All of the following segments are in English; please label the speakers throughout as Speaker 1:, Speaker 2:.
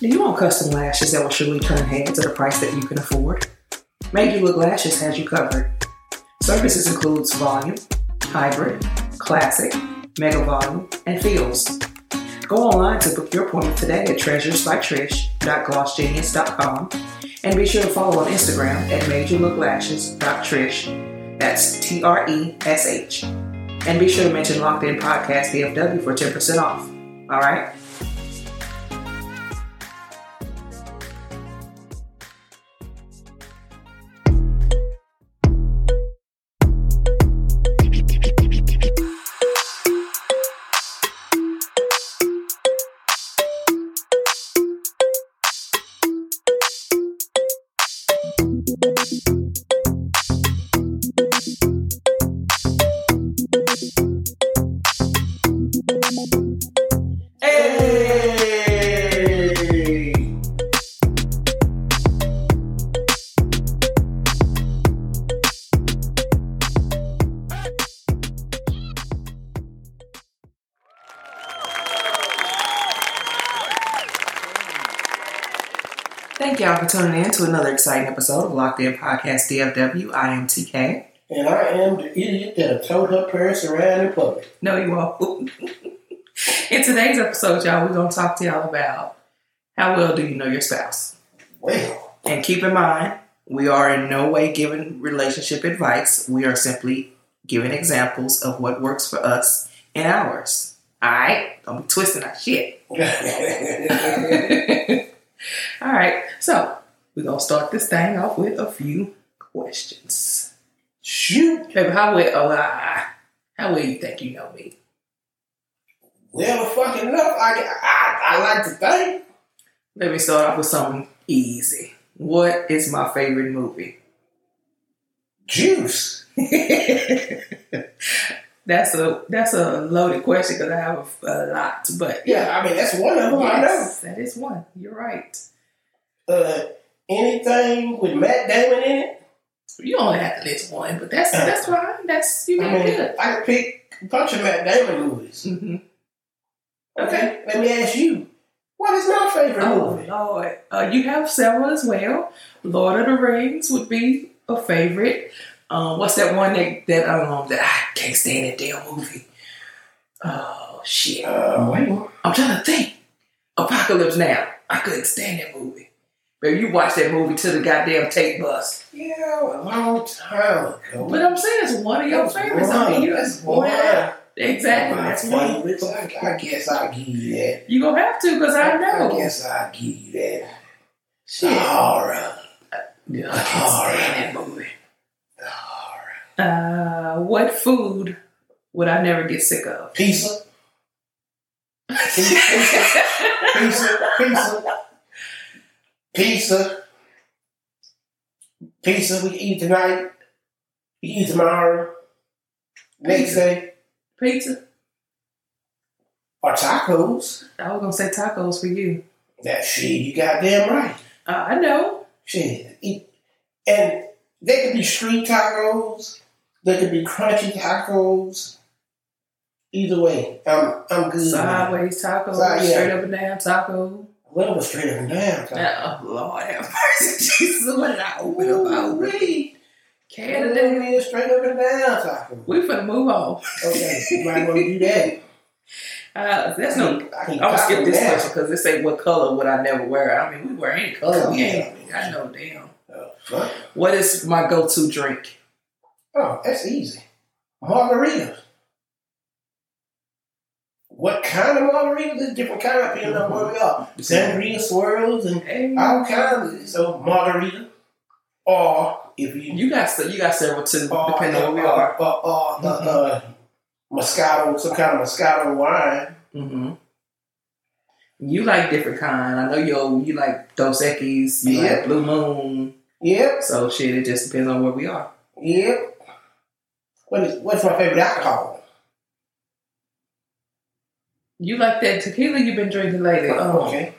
Speaker 1: Do you want custom lashes that will surely turn heads at a price that you can afford? Made You Look Lashes has you covered. Services includes volume, hybrid, classic, mega volume, and fields. Go online to book your appointment today at treasuresbytrish.glossgenius.com and be sure to follow on Instagram at majorlooklashes.trish. That's T R E S H. And be sure to mention Locked In Podcast DFW for 10% off. All right? Hey! Thank y'all for tuning in to another exciting episode of Locked In Podcast DFW. I am TK.
Speaker 2: And I am the idiot that told her parents around in public.
Speaker 1: No, you won't. in today's episode, y'all, we're going to talk to y'all about how well do you know your spouse?
Speaker 2: Well,
Speaker 1: And keep in mind, we are in no way giving relationship advice. We are simply giving examples of what works for us and ours. All right? Don't be twisting our shit. All right. So, we're going to start this thing off with a few questions.
Speaker 2: shoot.
Speaker 1: Baby, how well, oh, ah, how well you think you know me?
Speaker 2: Well, fucking enough. I, I, I like to think.
Speaker 1: Let me start off with something easy. What is my favorite movie?
Speaker 2: Juice.
Speaker 1: That's a that's a loaded question because I have a, a lot, but
Speaker 2: Yeah, I mean, that's one of them,
Speaker 1: Yes, that is one. You're right.
Speaker 2: I know. Uh, anything with Matt Damon in it,
Speaker 1: You only have to list one, but that's
Speaker 2: Uh-huh.
Speaker 1: that's fine. That's you
Speaker 2: I
Speaker 1: did
Speaker 2: mean,
Speaker 1: good.
Speaker 2: I could pick a bunch of Matt Damon movies.
Speaker 1: Mm-hmm.
Speaker 2: Okay, let me ask you. What is my favorite
Speaker 1: Oh
Speaker 2: movie?
Speaker 1: Lord, uh, you have several as well. Lord of the Rings would be a favorite. Um, what's that one that that um that I can't stand that damn movie? Oh shit!
Speaker 2: Uh, wait.
Speaker 1: I'm trying to think. Apocalypse Now. I couldn't stand that movie. Baby, you watched that movie to the goddamn tape bus.
Speaker 2: Yeah, a long time ago.
Speaker 1: But I'm saying it's one of your
Speaker 2: That's
Speaker 1: favorites. I
Speaker 2: one.
Speaker 1: mean, you
Speaker 2: That's
Speaker 1: one.
Speaker 2: one.
Speaker 1: Exactly. That's one.
Speaker 2: I, I guess I give you that.
Speaker 1: You gonna have to, cause I know.
Speaker 2: I guess I give you that.
Speaker 1: Shit.
Speaker 2: Horror.
Speaker 1: Yeah, I can't stand that movie.
Speaker 2: Horror.
Speaker 1: Uh, what food would I never get sick of?
Speaker 2: Pizza. Pizza. Pizza. Pizza. Pizza. Pizza. We can eat tonight. We can eat tomorrow. Next day.
Speaker 1: Pizza.
Speaker 2: Or tacos.
Speaker 1: I was gonna say tacos for you.
Speaker 2: That shit, you goddamn right.
Speaker 1: Uh, I know.
Speaker 2: Shit. eat- And they could be street tacos. They could be crunchy tacos. Either way, I'm I'm
Speaker 1: Mm.
Speaker 2: good.
Speaker 1: Sideways tacos,
Speaker 2: Side- yeah.
Speaker 1: straight up and down taco.
Speaker 2: A little bit straight up and down.
Speaker 1: Oh Lord, have mercy, Jesus! What did I open up? I opened up
Speaker 2: Ooh-wee. Little
Speaker 1: Canada.
Speaker 2: bit of straight up and down taco.
Speaker 1: We finna move on.
Speaker 2: Okay, you might want to do that.
Speaker 1: Uh, that's no.
Speaker 2: I
Speaker 1: I'm
Speaker 2: can
Speaker 1: gonna skip this
Speaker 2: taco
Speaker 1: question because this ain't what color would I never wear. I mean, we wear any color. We
Speaker 2: Oh, Yeah.
Speaker 1: ain't. I know. Damn.
Speaker 2: down. Oh, fuck.
Speaker 1: What is my go-to drink?
Speaker 2: Oh, that's easy. Margaritas. What kind of margaritas? There's different kind of depending on where we are. Sangria swirls and
Speaker 1: Hey.
Speaker 2: all kinds. Of, so margarita, or if you
Speaker 1: You got se- you got several too,
Speaker 2: or,
Speaker 1: depending on where we
Speaker 2: or-
Speaker 1: are. Mm-hmm.
Speaker 2: or, or, uh, uh, Moscato, some kind of Moscato wine.
Speaker 1: hmm You like different kind. I know you you like Dos Equis, you
Speaker 2: Yeah.
Speaker 1: like Blue Moon.
Speaker 2: Yep,
Speaker 1: So shit, it just depends on where we are.
Speaker 2: yep. What is what's my favorite alcohol?
Speaker 1: You like that tequila you've been drinking lately? Oh,
Speaker 2: okay,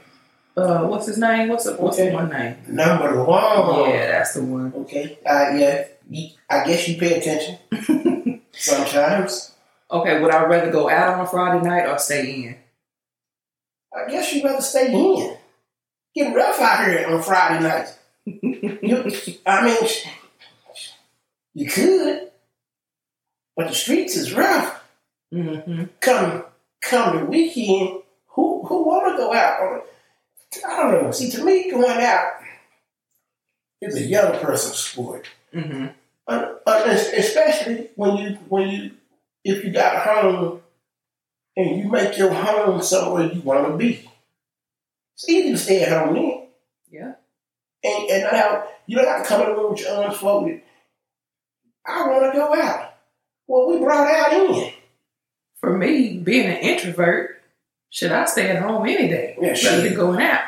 Speaker 1: uh, what's his name? What's the, what's
Speaker 2: Okay. Oh.
Speaker 1: the one name?
Speaker 2: number one.
Speaker 1: Yeah, that's the one.
Speaker 2: Okay. Uh, yeah. You- I guess you pay attention sometimes.
Speaker 1: Okay, would I rather go out on a Friday night or stay in?
Speaker 2: I guess you rather stay in. getting rough out here on Friday night. you, I mean, you could, but the streets is rough.
Speaker 1: Mm-hmm.
Speaker 2: Come, come the weekend, who who want to go out? on I don't know. See, to me, going out is a young person's sport,
Speaker 1: Mm-hmm.
Speaker 2: Un- un- especially when you when you if you got a home and you make your home somewhere you want to be. It's easy to stay at home then.
Speaker 1: Yeah.
Speaker 2: and, and not have, you don't have to come in the room with your arms folded. I want to go out. Well, we brought out in.
Speaker 1: For me, being an introvert, should I stay at home any day
Speaker 2: Yeah,
Speaker 1: rather than
Speaker 2: shit.
Speaker 1: going out?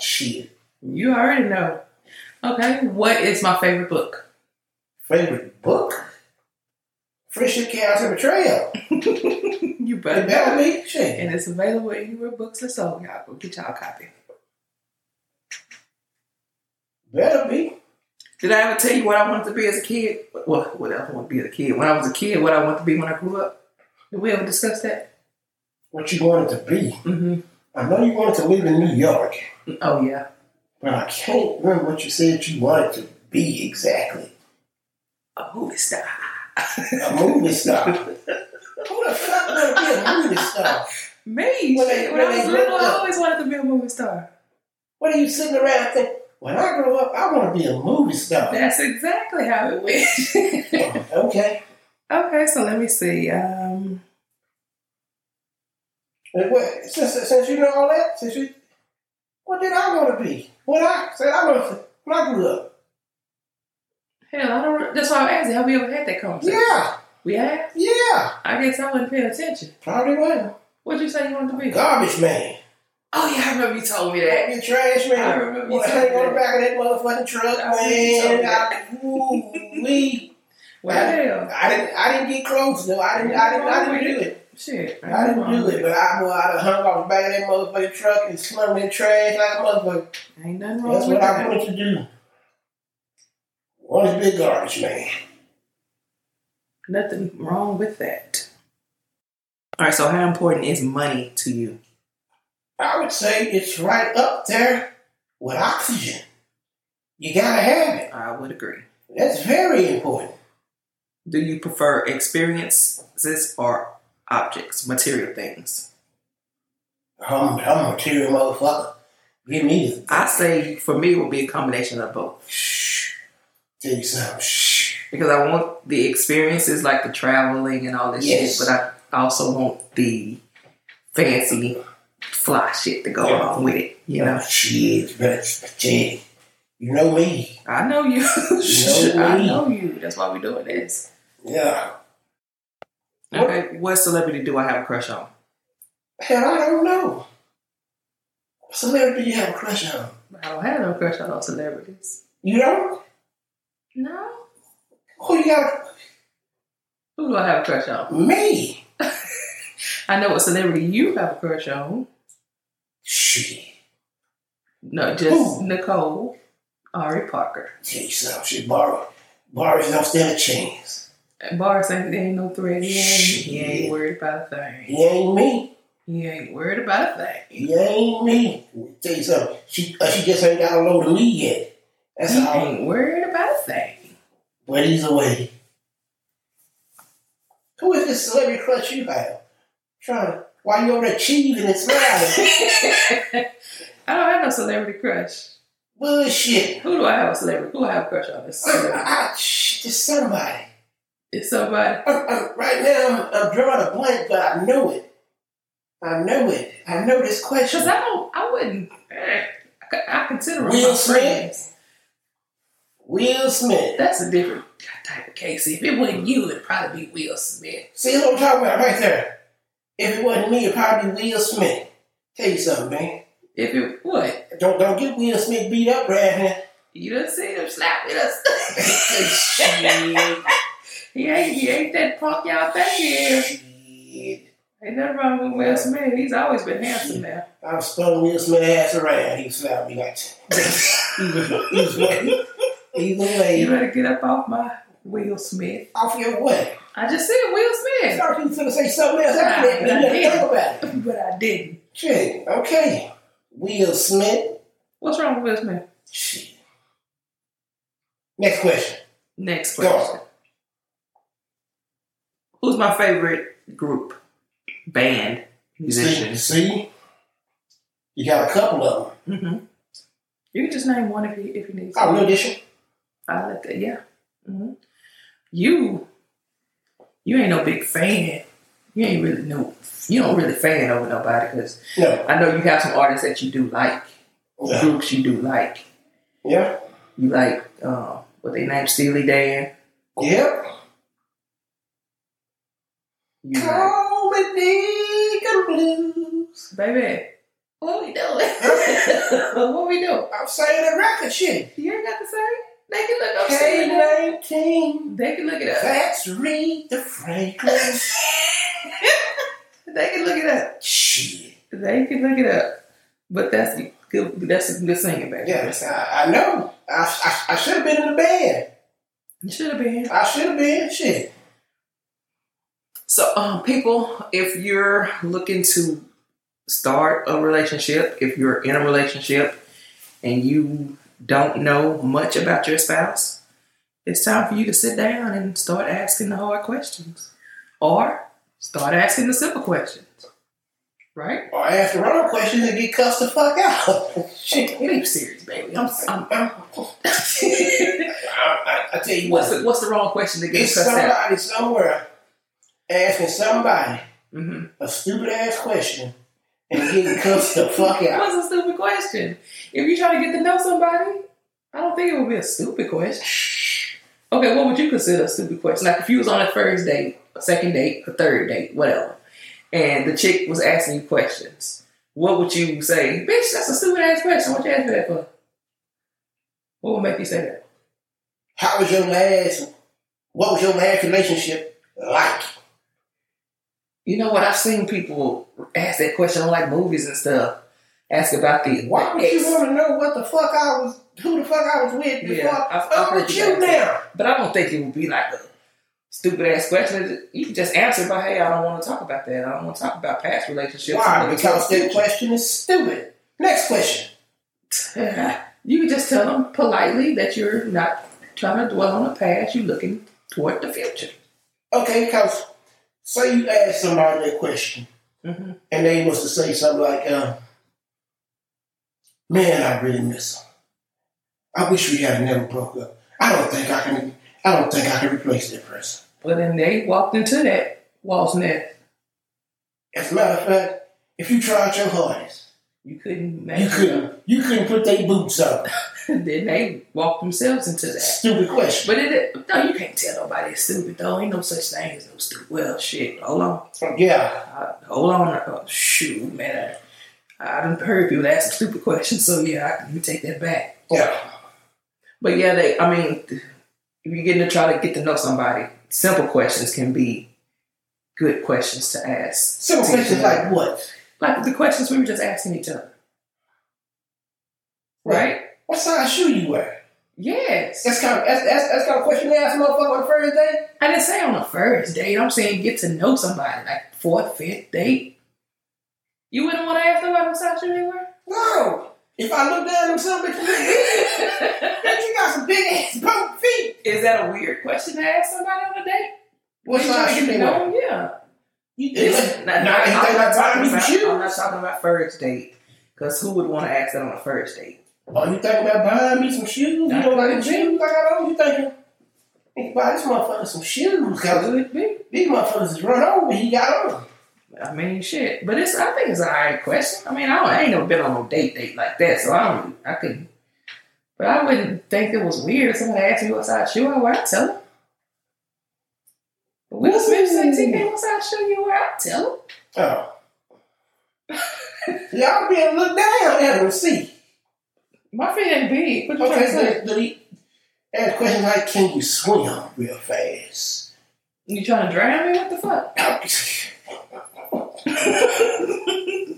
Speaker 2: Shit.
Speaker 1: You already know. Okay, what is my favorite book?
Speaker 2: Favorite book? Friendship, Chaos, and Betrayal.
Speaker 1: you
Speaker 2: The
Speaker 1: better.
Speaker 2: Bell Me? Shit.
Speaker 1: And it's available anywhere books are sold. Y'all go get y'all a copy.
Speaker 2: Better be.
Speaker 1: Did I ever tell you what I wanted to be as a kid? Well, what else I want to be as a kid? When I was a kid, what I wanted to be when I grew up? Did we ever discuss that?
Speaker 2: What you wanted to be.
Speaker 1: Mm-hmm.
Speaker 2: I know you wanted to live in New York,
Speaker 1: Oh yeah.
Speaker 2: but I can't remember what you said you wanted to be exactly.
Speaker 1: A movie star.
Speaker 2: A movie star. Who the fuck want to be a movie star?
Speaker 1: Me.
Speaker 2: When they-
Speaker 1: When,
Speaker 2: when
Speaker 1: I
Speaker 2: they
Speaker 1: was little,
Speaker 2: grow
Speaker 1: I
Speaker 2: up.
Speaker 1: always wanted to be a movie star.
Speaker 2: What are you sitting around thinking? When I grow up, I want to be a movie star.
Speaker 1: That's exactly how it went.
Speaker 2: okay.
Speaker 1: okay, so let me see. Um,
Speaker 2: And what, since, since you know all that, since you, what did I want to be? When I said I want to, when I grew up.
Speaker 1: hell, I don't. That's why I asked you. Have we ever had that conversation?
Speaker 2: Yeah,
Speaker 1: We have.
Speaker 2: yeah.
Speaker 1: I guess I wasn't paying attention.
Speaker 2: Probably wasn't.
Speaker 1: What'd you say you wanted to be?
Speaker 2: Garbage man.
Speaker 1: Oh yeah, I remember you told me that.
Speaker 2: You trash
Speaker 1: I
Speaker 2: man.
Speaker 1: remember you
Speaker 2: Want to hang on
Speaker 1: told
Speaker 2: the
Speaker 1: me that.
Speaker 2: back of that motherfucking truck,
Speaker 1: I remember you told me
Speaker 2: man. I, ooh, we.
Speaker 1: Well, hell,
Speaker 2: I didn't. I didn't get close though. I didn't. I didn't. I didn't do it.
Speaker 1: shit.
Speaker 2: I didn't do it. But I, boy, I done hung off the back of that motherfucking truck and slung that trash like a motherfucker.
Speaker 1: Ain't nothing wrong
Speaker 2: That's
Speaker 1: with
Speaker 2: what I
Speaker 1: that.
Speaker 2: want to do. Want to be a garbage man.
Speaker 1: Nothing wrong with that. All right. So, how important is money to you?
Speaker 2: I would say it's right up there with oxygen. You gotta have it.
Speaker 1: I would agree.
Speaker 2: That's very important.
Speaker 1: Do you prefer experiences or objects, material things?
Speaker 2: I'm, I'm a material motherfucker. Give me the
Speaker 1: I say for me it would be a combination of both
Speaker 2: shh. Tell you something. Shh.
Speaker 1: because I want the experiences like the traveling and all this
Speaker 2: Yes.
Speaker 1: shit, but I also want the fancy fly shit to go
Speaker 2: Yeah.
Speaker 1: along with it. You know,
Speaker 2: Shit, but shit. You know me.
Speaker 1: I know you.
Speaker 2: know
Speaker 1: I
Speaker 2: me.
Speaker 1: know you. That's why we're doing this.
Speaker 2: Yeah.
Speaker 1: Okay, what celebrity do I have a crush on?
Speaker 2: Hell, I don't know. What celebrity you have a crush on?
Speaker 1: I don't have no crush on no celebrities.
Speaker 2: You don't?
Speaker 1: No.
Speaker 2: Who you got?
Speaker 1: Who do I have a crush on?
Speaker 2: Me.
Speaker 1: I know what celebrity you have a crush on.
Speaker 2: Shit.
Speaker 1: No, just
Speaker 2: Who?
Speaker 1: Nicole Ari Parker.
Speaker 2: Tell you something. Shit, Barry. Barry's don't stand a chance.
Speaker 1: And Boris ain't, ain't no threat. He ain't, he ain't
Speaker 2: Shit.
Speaker 1: worried about a thing.
Speaker 2: He ain't me.
Speaker 1: He ain't worried about a thing.
Speaker 2: He ain't me. Tell you something. She uh, she just ain't got a load of me yet. That's
Speaker 1: He
Speaker 2: all.
Speaker 1: ain't worried about a thing.
Speaker 2: But he's away. Who is this celebrity crush you have? Trying to why you over there cheating and smiling?
Speaker 1: I don't have no celebrity crush.
Speaker 2: Bullshit.
Speaker 1: Who do I have a celebrity? Who I have a crush on? This
Speaker 2: I,
Speaker 1: celebrity.
Speaker 2: I, I, shh, just somebody.
Speaker 1: It's somebody.
Speaker 2: I'm, I'm- Uh, right now I'm, I'm drawing a blank, but I know it. I know it. I know this
Speaker 1: Because
Speaker 2: question.
Speaker 1: I don't, I wouldn't, eh, I c- I consider them
Speaker 2: Will
Speaker 1: my
Speaker 2: Smith?
Speaker 1: friends.
Speaker 2: Will Smith.
Speaker 1: That's a different type of case. If it wasn't you, it'd probably be Will Smith.
Speaker 2: See what I'm talking about right there. If it wasn't me, it'd probably be Will Smith. Tell you something, man.
Speaker 1: If it what?
Speaker 2: Don't don't get Will Smith beat up, Brad.
Speaker 1: You done seen him slap with us. he ain't he ain't that punk y'all think he is.
Speaker 2: Shit.
Speaker 1: Ain't nothing wrong with Will Smith. He's always been handsome now.
Speaker 2: I'm spun Will Smith ass around. He slapped me like either, either way. Either
Speaker 1: You
Speaker 2: way.
Speaker 1: better get up off my Will Smith.
Speaker 2: Off your way.
Speaker 1: I just said Will
Speaker 2: I
Speaker 1: Smith.
Speaker 2: thought you was gonna say something else after that, but you didn't think about it.
Speaker 1: But I didn't.
Speaker 2: Shit, okay. Will Smith.
Speaker 1: What's wrong with us, man?
Speaker 2: Shit. Next question.
Speaker 1: Next
Speaker 2: Go on.
Speaker 1: question. Who's my favorite group, band,
Speaker 2: See,
Speaker 1: musician?
Speaker 2: see, you got a couple of them.
Speaker 1: hmm You can just name one if you if you need.
Speaker 2: Oh, no addition.
Speaker 1: I like that. Yeah. hmm You, you ain't no big fan. You ain't really no. You don't really fan over nobody because
Speaker 2: No.
Speaker 1: I know you have some artists that you do like, or
Speaker 2: Yeah.
Speaker 1: groups you do like.
Speaker 2: Yeah.
Speaker 1: You like um, what they name Steely Dan.
Speaker 2: Yep.
Speaker 1: You like,
Speaker 2: Call me Deacon Blues.
Speaker 1: baby. What we doing? what we doing?
Speaker 2: I'm saying that record shit.
Speaker 1: You ain't got to say. They can look up. Steely Dan.
Speaker 2: K-19.
Speaker 1: They can look it up.
Speaker 2: Let's read the Fragrance.
Speaker 1: They can look it up.
Speaker 2: shit.
Speaker 1: They can look it up. But that's good. That's good singing, baby.
Speaker 2: Yes, I, I know. I, I, I should have been in the band.
Speaker 1: You should have been.
Speaker 2: I should have been. Shit.
Speaker 1: So, um, people, if you're looking to start a relationship, if you're in a relationship and you don't know much about your spouse, it's time for you to sit down and start asking the hard questions or start asking the simple questions, right?
Speaker 2: Or ask the wrong questions and get cussed the fuck out.
Speaker 1: Shit, it ain't serious, baby. I'm, I'm,
Speaker 2: I, I, I tell you
Speaker 1: what's,
Speaker 2: what,
Speaker 1: the, what's the wrong question to get
Speaker 2: it's
Speaker 1: cussed out?
Speaker 2: somebody somewhere asking somebody
Speaker 1: hmm
Speaker 2: a stupid ass question and getting cussed the fuck out.
Speaker 1: What's a stupid question? If you try to get to know somebody, I don't think it would be a stupid question. Okay, what would you consider a stupid question? Like if you was on a first date, a second date, a third date, whatever, and the chick was asking you questions, what would you say? Bitch, that's a stupid ass question. What you ask me that for? What would make you say that?
Speaker 2: How was your last? What was your last relationship like?
Speaker 1: You know what? I've seen people ask that question on like movies and stuff. Ask about the
Speaker 2: Why would you want to know what the fuck I was, who the fuck I was with before?
Speaker 1: Yeah, I- I
Speaker 2: I'm
Speaker 1: heard
Speaker 2: with
Speaker 1: you
Speaker 2: you
Speaker 1: guys say
Speaker 2: now.
Speaker 1: But I don't think it would be like a stupid ass question. You can just answer by, hey, I don't want to talk about that. I don't want to talk about past relationships. I
Speaker 2: Why?
Speaker 1: wanna
Speaker 2: Because
Speaker 1: talk
Speaker 2: that
Speaker 1: future."
Speaker 2: question is stupid. Next question.
Speaker 1: you can just tell them politely that you're not trying to dwell on the past. You're looking toward the future.
Speaker 2: Okay, because say you ask somebody that question
Speaker 1: Mm-hmm.
Speaker 2: and they was to say something like, um, "Man, I really miss him. I wish we had never broke up. I don't think I can. I don't think I can replace that person."
Speaker 1: But then they walked into that wall's nest.
Speaker 2: As a matter of fact, if you tried your hardest,
Speaker 1: You couldn't
Speaker 2: you
Speaker 1: make
Speaker 2: couldn't. You couldn't put their boots up.
Speaker 1: Then they walked themselves into that.
Speaker 2: Stupid question.
Speaker 1: But it, no, you can't tell nobody it's stupid, though. Ain't no such thing as no stupid. Well, shit, hold on.
Speaker 2: Yeah.
Speaker 1: Uh, hold on. Uh, shoot, man. I, I done heard people ask some stupid questions, so yeah, I can take that back.
Speaker 2: Yeah.
Speaker 1: But yeah, they, I mean, if you're getting to try to get to know somebody, simple questions can be good questions to ask.
Speaker 2: Simple questions like what?
Speaker 1: Like the questions we were just asking each other. Right?
Speaker 2: What size shoe you wear?
Speaker 1: Yes.
Speaker 2: That's kind of that's, that's, that's kind of question they ask a motherfucker on the first day.
Speaker 1: I didn't say on the first date. I'm saying get to know somebody, like fourth, fifth date. You wouldn't want to ask nobody what size shoe they wear?
Speaker 2: No. If I look down on something, bitch, you got some big ass broke feet.
Speaker 1: Is that a weird question to ask somebody on a date?
Speaker 2: What
Speaker 1: You trying
Speaker 2: size
Speaker 1: to
Speaker 2: shoe
Speaker 1: get
Speaker 2: you
Speaker 1: to know
Speaker 2: wear?
Speaker 1: them? Yeah.
Speaker 2: You
Speaker 1: It's-
Speaker 2: think
Speaker 1: not-
Speaker 2: like
Speaker 1: not- I'm, not talking
Speaker 2: buying me
Speaker 1: about,
Speaker 2: some
Speaker 1: I'm not
Speaker 2: shoes?
Speaker 1: talking about first date, because who would want to ask that on a first date?
Speaker 2: Oh, you think about buying me some shoes? You
Speaker 1: Not
Speaker 2: know, like the
Speaker 1: really.
Speaker 2: shoes I got on? You thinking, think buy this motherfucker some shoes? Cause
Speaker 1: Could be.
Speaker 2: these motherfuckers is run over. He got on.
Speaker 1: I mean, shit. But it's I think it's an alright question. I mean, I, don't, I ain't never been on no date date like that, so I don't. I couldn't. But I wouldn't think it was weird if somebody asked me what size shoe I wear. I tell them. But Will Smith said, "TK, what size shoe you wear?" I tell him.
Speaker 2: Oh. Y'all being looked down at him, see.
Speaker 1: My feet ain't big. What you trying to say?
Speaker 2: Okay, so he asked questions like, can you swim real fast?
Speaker 1: You trying to drown me? What the fuck?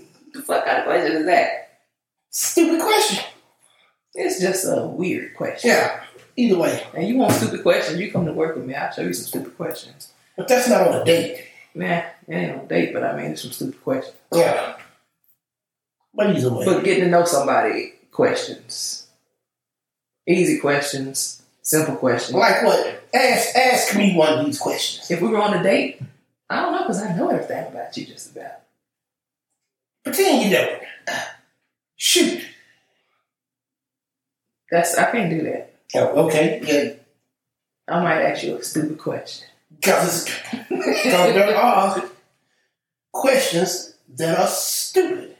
Speaker 1: The fuck kind of question is that?
Speaker 2: Stupid question.
Speaker 1: It's just a weird question.
Speaker 2: Yeah. Either way,
Speaker 1: And you want stupid questions, you come to work with me. I'll show you some stupid questions.
Speaker 2: but that's not on a date.
Speaker 1: Nah, it ain't no date, but I mean, it's some stupid questions.
Speaker 2: Yeah. But either way,
Speaker 1: But getting to know somebody questions. Easy questions, simple questions.
Speaker 2: Like what? Ask ask me one of these questions.
Speaker 1: If we were on a date, I don't know because I know everything about you just about.
Speaker 2: Pretend you don't. Shoot.
Speaker 1: That's I can't do that.
Speaker 2: Oh, okay. Yeah.
Speaker 1: I might ask you a stupid question.
Speaker 2: Because there are questions that are stupid.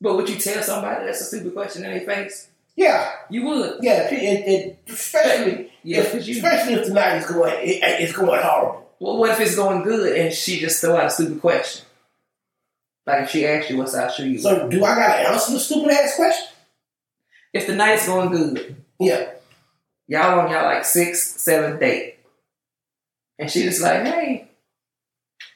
Speaker 1: But would you tell somebody that's a stupid question in their face?
Speaker 2: Yeah.
Speaker 1: You would.
Speaker 2: Yeah. It, it, especially
Speaker 1: Yeah,
Speaker 2: if,
Speaker 1: 'cause you.
Speaker 2: especially if the night is going it, it's going horrible.
Speaker 1: Well, what if it's going good and she just throw out a stupid question? Like if she asked you what size shoe you want.
Speaker 2: So do I gotta answer the stupid ass question?
Speaker 1: If the night's going good,
Speaker 2: Yeah.
Speaker 1: y'all on y'all like sixth, seventh date, and she just like, hey,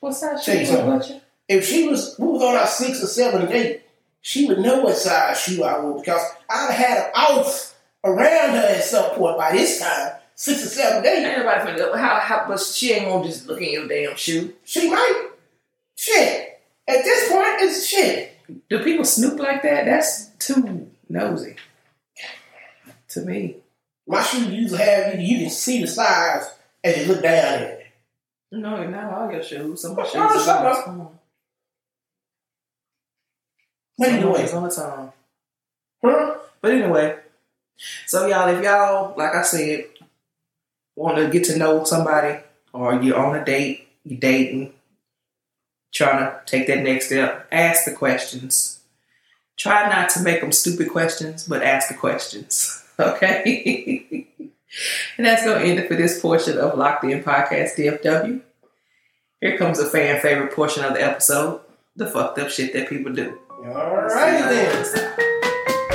Speaker 1: what size shoe
Speaker 2: Tell you
Speaker 1: you want? butcher?"
Speaker 2: If she was we was on our six or seven date, she would know what size shoe I wore because I had an ounce around her at some point by this time, six or seven date.
Speaker 1: Ain't nobody finna go, how, how, but she ain't gonna just look in your damn shoe.
Speaker 2: She might. Shit. At this point, it's shit.
Speaker 1: Do people snoop like that? That's too nosy to me.
Speaker 2: My shoe used to have you, you can see the size as you look down at it.
Speaker 1: No, not all your shoes. Some of your
Speaker 2: Well,
Speaker 1: shoes
Speaker 2: some
Speaker 1: are
Speaker 2: of- What are you doing?
Speaker 1: on the tongue.
Speaker 2: Huh?
Speaker 1: But anyway, so y'all, if y'all, like I said, want to get to know somebody or you're on a date, you're dating, trying to take that next step, ask the questions. Try not to make them stupid questions, but ask the questions. Okay? and that's going to end it for this portion of Locked In Podcast DFW. Here comes the fan favorite portion of the episode the fucked up shit that people do.
Speaker 2: All right then.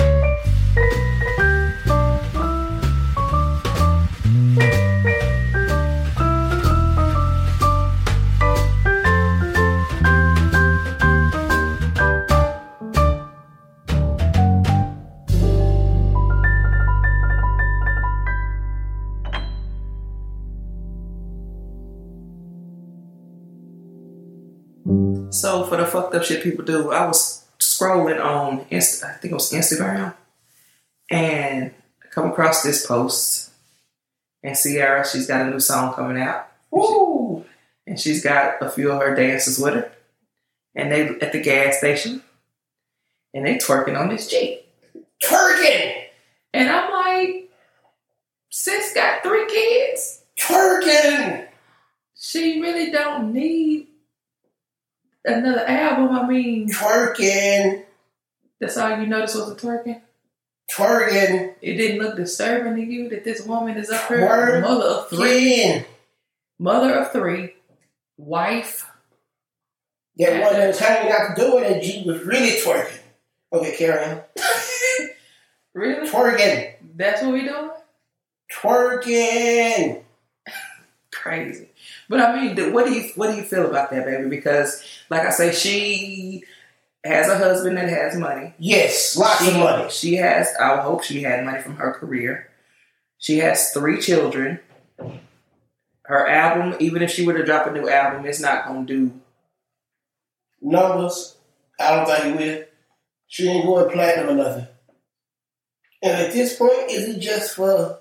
Speaker 1: So for the fucked up shit people do, I was scrolling on Inst- I think it was Instagram, and I come across this post. And Sierra, she's got a new song coming out,
Speaker 2: Woo!
Speaker 1: and she's got a few of her dancers with her, and they at the gas station, and they twerking on this jeep,
Speaker 2: Twerking!
Speaker 1: and I'm like, sis got three kids,
Speaker 2: Twerking!
Speaker 1: she really don't need another album. I mean,
Speaker 2: Twerking!
Speaker 1: that's all you noticed was the twerking.
Speaker 2: Twerking!
Speaker 1: It didn't look disturbing to you that this woman is up here,
Speaker 2: Word.
Speaker 1: mother of three,
Speaker 2: Twerking!
Speaker 1: mother of three, wife.
Speaker 2: That one that was hanging out the door that G was really twerking. Okay, carry on.
Speaker 1: Really?
Speaker 2: Twerking!
Speaker 1: That's what we doing?
Speaker 2: Twerking!
Speaker 1: Crazy. But I mean, th- what do you what do you feel about that, baby? Because like I say, she has a husband that has money.
Speaker 2: Yes, lots
Speaker 1: she,
Speaker 2: of money.
Speaker 1: She has. I hope she had money from her career. She has three children. Her album, even if she were to drop a new album, it's not gonna do
Speaker 2: numbers. I don't think it will. She ain't going platinum or nothing. And at this point, is it just for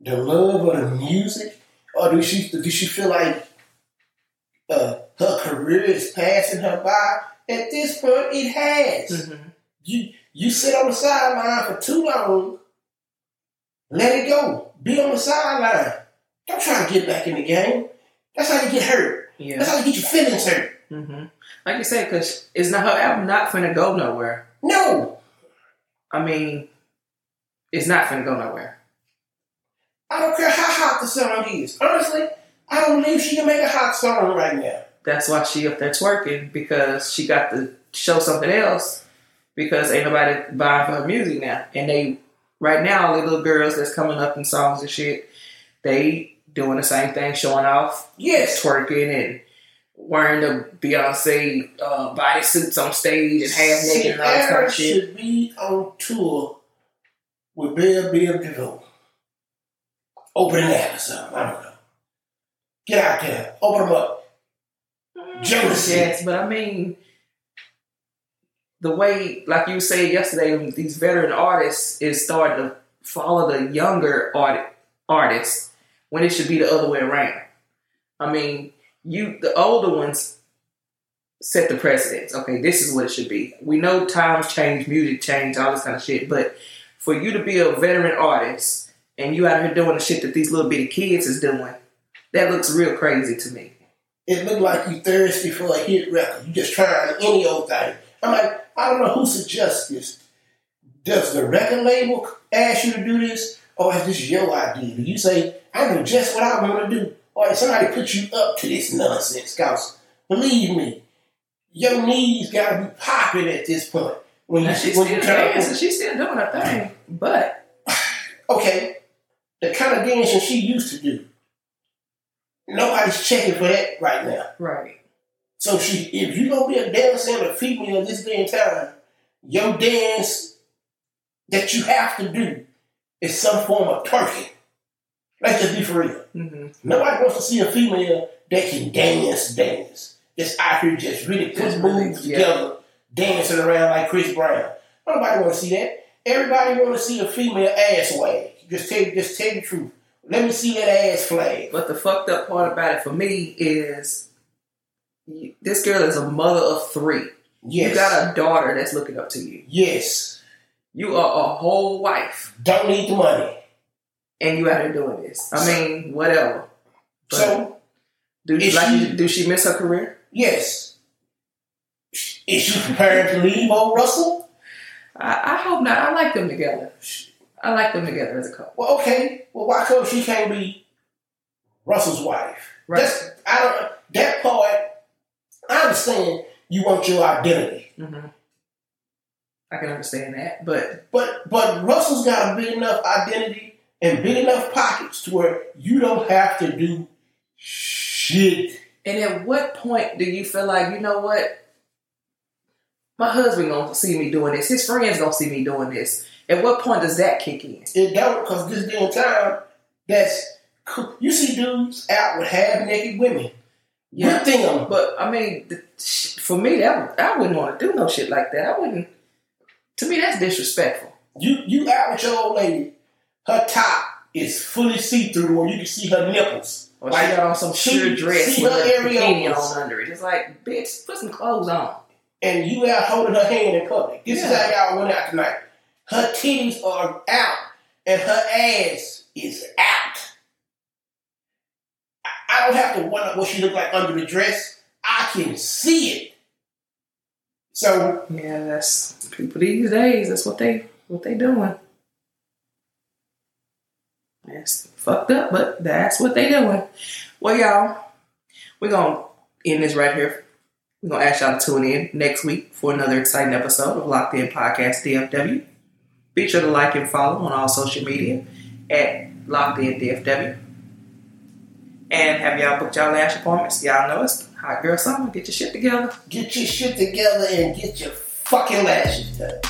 Speaker 2: the love of the music, or do she do she feel like uh, her career is passing her by? At this point, it has. You you sit on the sideline for too long. Let it go. Be on the sideline. Don't try to get back in the game. That's how you get hurt.
Speaker 1: yeah.
Speaker 2: That's how you get your feelings hurt.
Speaker 1: hmm Like you said, because it's not her album not finna go nowhere.
Speaker 2: No,
Speaker 1: I mean, it's not finna go nowhere.
Speaker 2: I don't care how hot the song is. Honestly, I don't believe she can make a hot song right now.
Speaker 1: That's why she up there twerking because she got to show something else because ain't nobody buying for her music now. And they right now all the little girls that's coming up in songs and shit, they doing the same thing, showing off,
Speaker 2: Yes,
Speaker 1: twerking and wearing the Beyonce uh, bodysuits on stage and half naked and all that kind
Speaker 2: Sierra
Speaker 1: of shit.
Speaker 2: should be on tour with Bill Bill DeVoe. Open that or something. I don't know. Get out there.
Speaker 1: Mm,
Speaker 2: Open them up. Jealousy.
Speaker 1: Yes, but I mean, the way, like you said yesterday, these veteran artists is starting to follow the younger art, artists when it should be the other way around. I mean, you the older ones set the precedence. Okay, this is what it should be. We know times change, music change, all this kind of shit, but for you to be a veteran artist and you out here doing the shit that these little bitty kids is doing, that looks real crazy to me.
Speaker 2: It looked like you thirsty for a hit record. You just trying any old thing. I'm like, I don't know who suggests this. Does the record label ask you to do this, or is this your idea? Do you say, I know just what I want to do, or did somebody put you up to this nonsense? Cause believe me, your knees gotta be popping at this point when you
Speaker 1: And she's
Speaker 2: when
Speaker 1: still
Speaker 2: you try
Speaker 1: dancing, she's still doing her thing, but
Speaker 2: okay, the kind of dancing she used to do. Nobody's checking for that right now.
Speaker 1: right.
Speaker 2: So she, if you gonna be a dancer and a female this day and time, your dance that you have to do is some form of twerking. Let's just be for real.
Speaker 1: hmm
Speaker 2: Nobody wants to see a female that can dance, dance. Just out here, just really put
Speaker 1: Just really,
Speaker 2: moves
Speaker 1: yeah.
Speaker 2: together, dancing around like Chris Brown. Nobody want to see that. Everybody want to see a female ass wag. Just tell, just tell the truth. Let me see that ass flag.
Speaker 1: But the fucked up part about it for me is you- this girl is a mother of three.
Speaker 2: Yes,
Speaker 1: You got a daughter that's looking up to you.
Speaker 2: yes.
Speaker 1: You are a whole wife,
Speaker 2: Don't need the money.
Speaker 1: and you out here doing this. I mean, whatever. But
Speaker 2: so
Speaker 1: do
Speaker 2: is
Speaker 1: like,
Speaker 2: she-
Speaker 1: do she miss her career?
Speaker 2: Yes. Is she prepared to leave old Russell?
Speaker 1: I, I hope not. I like them together. I like them together as a couple.
Speaker 2: Well, okay. Well, why come she can't be Russell's wife?
Speaker 1: Right.
Speaker 2: That's, I don't. That part, I understand. You want your identity,
Speaker 1: hmm I can understand that, but
Speaker 2: but but Russell's got a big enough identity and big enough pockets to where you don't have to do shit.
Speaker 1: and at what point do you feel like you know what? My husband gonna see me doing this. His friends gonna see me doing this. At what point does that kick in?
Speaker 2: It don't because this day and time, that's cool. you see dudes out with half naked women.
Speaker 1: Yeah.
Speaker 2: You think I'm
Speaker 1: But I mean, the, sh- for me, that I wouldn't want to do no shit like that. I wouldn't. To me, that's disrespectful.
Speaker 2: You you out with your old lady. Her top is fully see through, or you can see her nipples.
Speaker 1: Or
Speaker 2: Like,
Speaker 1: she got on some
Speaker 2: she-
Speaker 1: sheer dress
Speaker 2: she
Speaker 1: with
Speaker 2: her
Speaker 1: a
Speaker 2: area
Speaker 1: bikini
Speaker 2: was-
Speaker 1: on under it. It's like, bitch, put some clothes on.
Speaker 2: And you out holding her hand in public. This is
Speaker 1: Yeah.
Speaker 2: how y'all went out tonight. Her titties are out, and her ass is out. I, I don't have to wonder what she looked like under the dress. I can see it. So
Speaker 1: Yeah, that's people these days. That's what they what they doing. That's fucked up, but that's what they doing. Well, y'all, we're gonna end this right here. We're gonna ask y'all to tune in next week for another exciting episode of Locked In Podcast DFW. Be sure to like and follow on all social media at Locked In DFW. And have y'all booked y'all lash appointments? Y'all know it's hot girl summer. Get your shit together.
Speaker 2: get your shit together and get your fucking lashes done.